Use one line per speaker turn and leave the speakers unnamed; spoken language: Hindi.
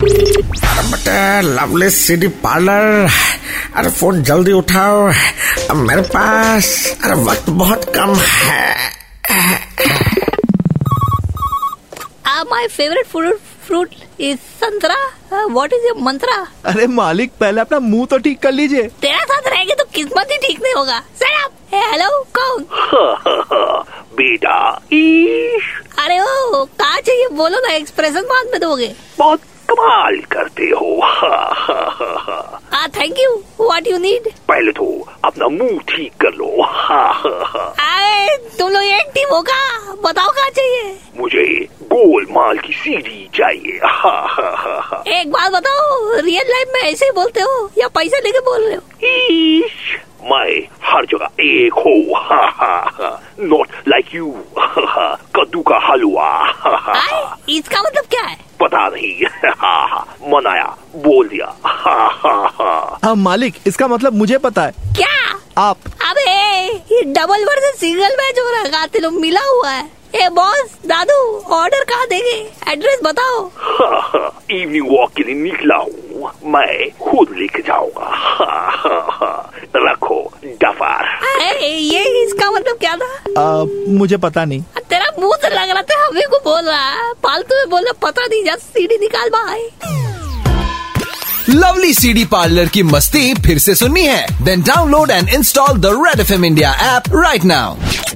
अरे बटे लवली सिटी पार्लर अरे फोन जल्दी उठाओ अब मेरे पास अरे वक्त बहुत कम है
Uh, my favorite fruit, fruit is santra uh, what is your mantra
अरे मालिक पहले अपना मुंह तो ठीक कर लीजिए
तेरा साथ रहेगी तो किस्मत ही ठीक नहीं होगा सर आप हेलो कौन
बेटा ईश
अरे ओ कहा चाहिए बोलो ना एक्सप्रेशन बाद में दोगे
बहुत कमाल करते हो
आ thank you what you need
पहले तो अपना मुंह ठीक कर लो
अरे तुम लोग एक टीम होगा बताओ कहा चाहिए
मुझे गोलमाल की सीढ़ी चाहिए
एक बात बताओ रियल लाइफ में ऐसे ही बोलते हो या पैसा लेके बोल रहे हो
ईश मैं हर जगह एक हो नॉट लाइक यू कद्दू का हलवा
आए, इसका मतलब क्या है
पता नहीं मनाया बोल दिया
हाँ मालिक इसका मतलब मुझे पता है
क्या
आप
अबे ये डबल वर्जन सिंगल मैच हो रहा है काते लोग मिला हुआ है ए बॉस दादू ऑर्डर कहाँ देंगे एड्रेस बताओ
इवनिंग वॉक के लिए निकला हूँ मैं खुद लेके जाऊंगा रखो डफार
अरे ये इसका मतलब क्या था
आ, मुझे पता नहीं
तेरा मुंह से लग रहा था हमें को बोल रहा है फालतू में बोला पता नहीं जा सीढ़ी निकाल भाई
लवली सी डी पार्लर की मस्ती फिर से सुननी है then download and install the Red F M India app right now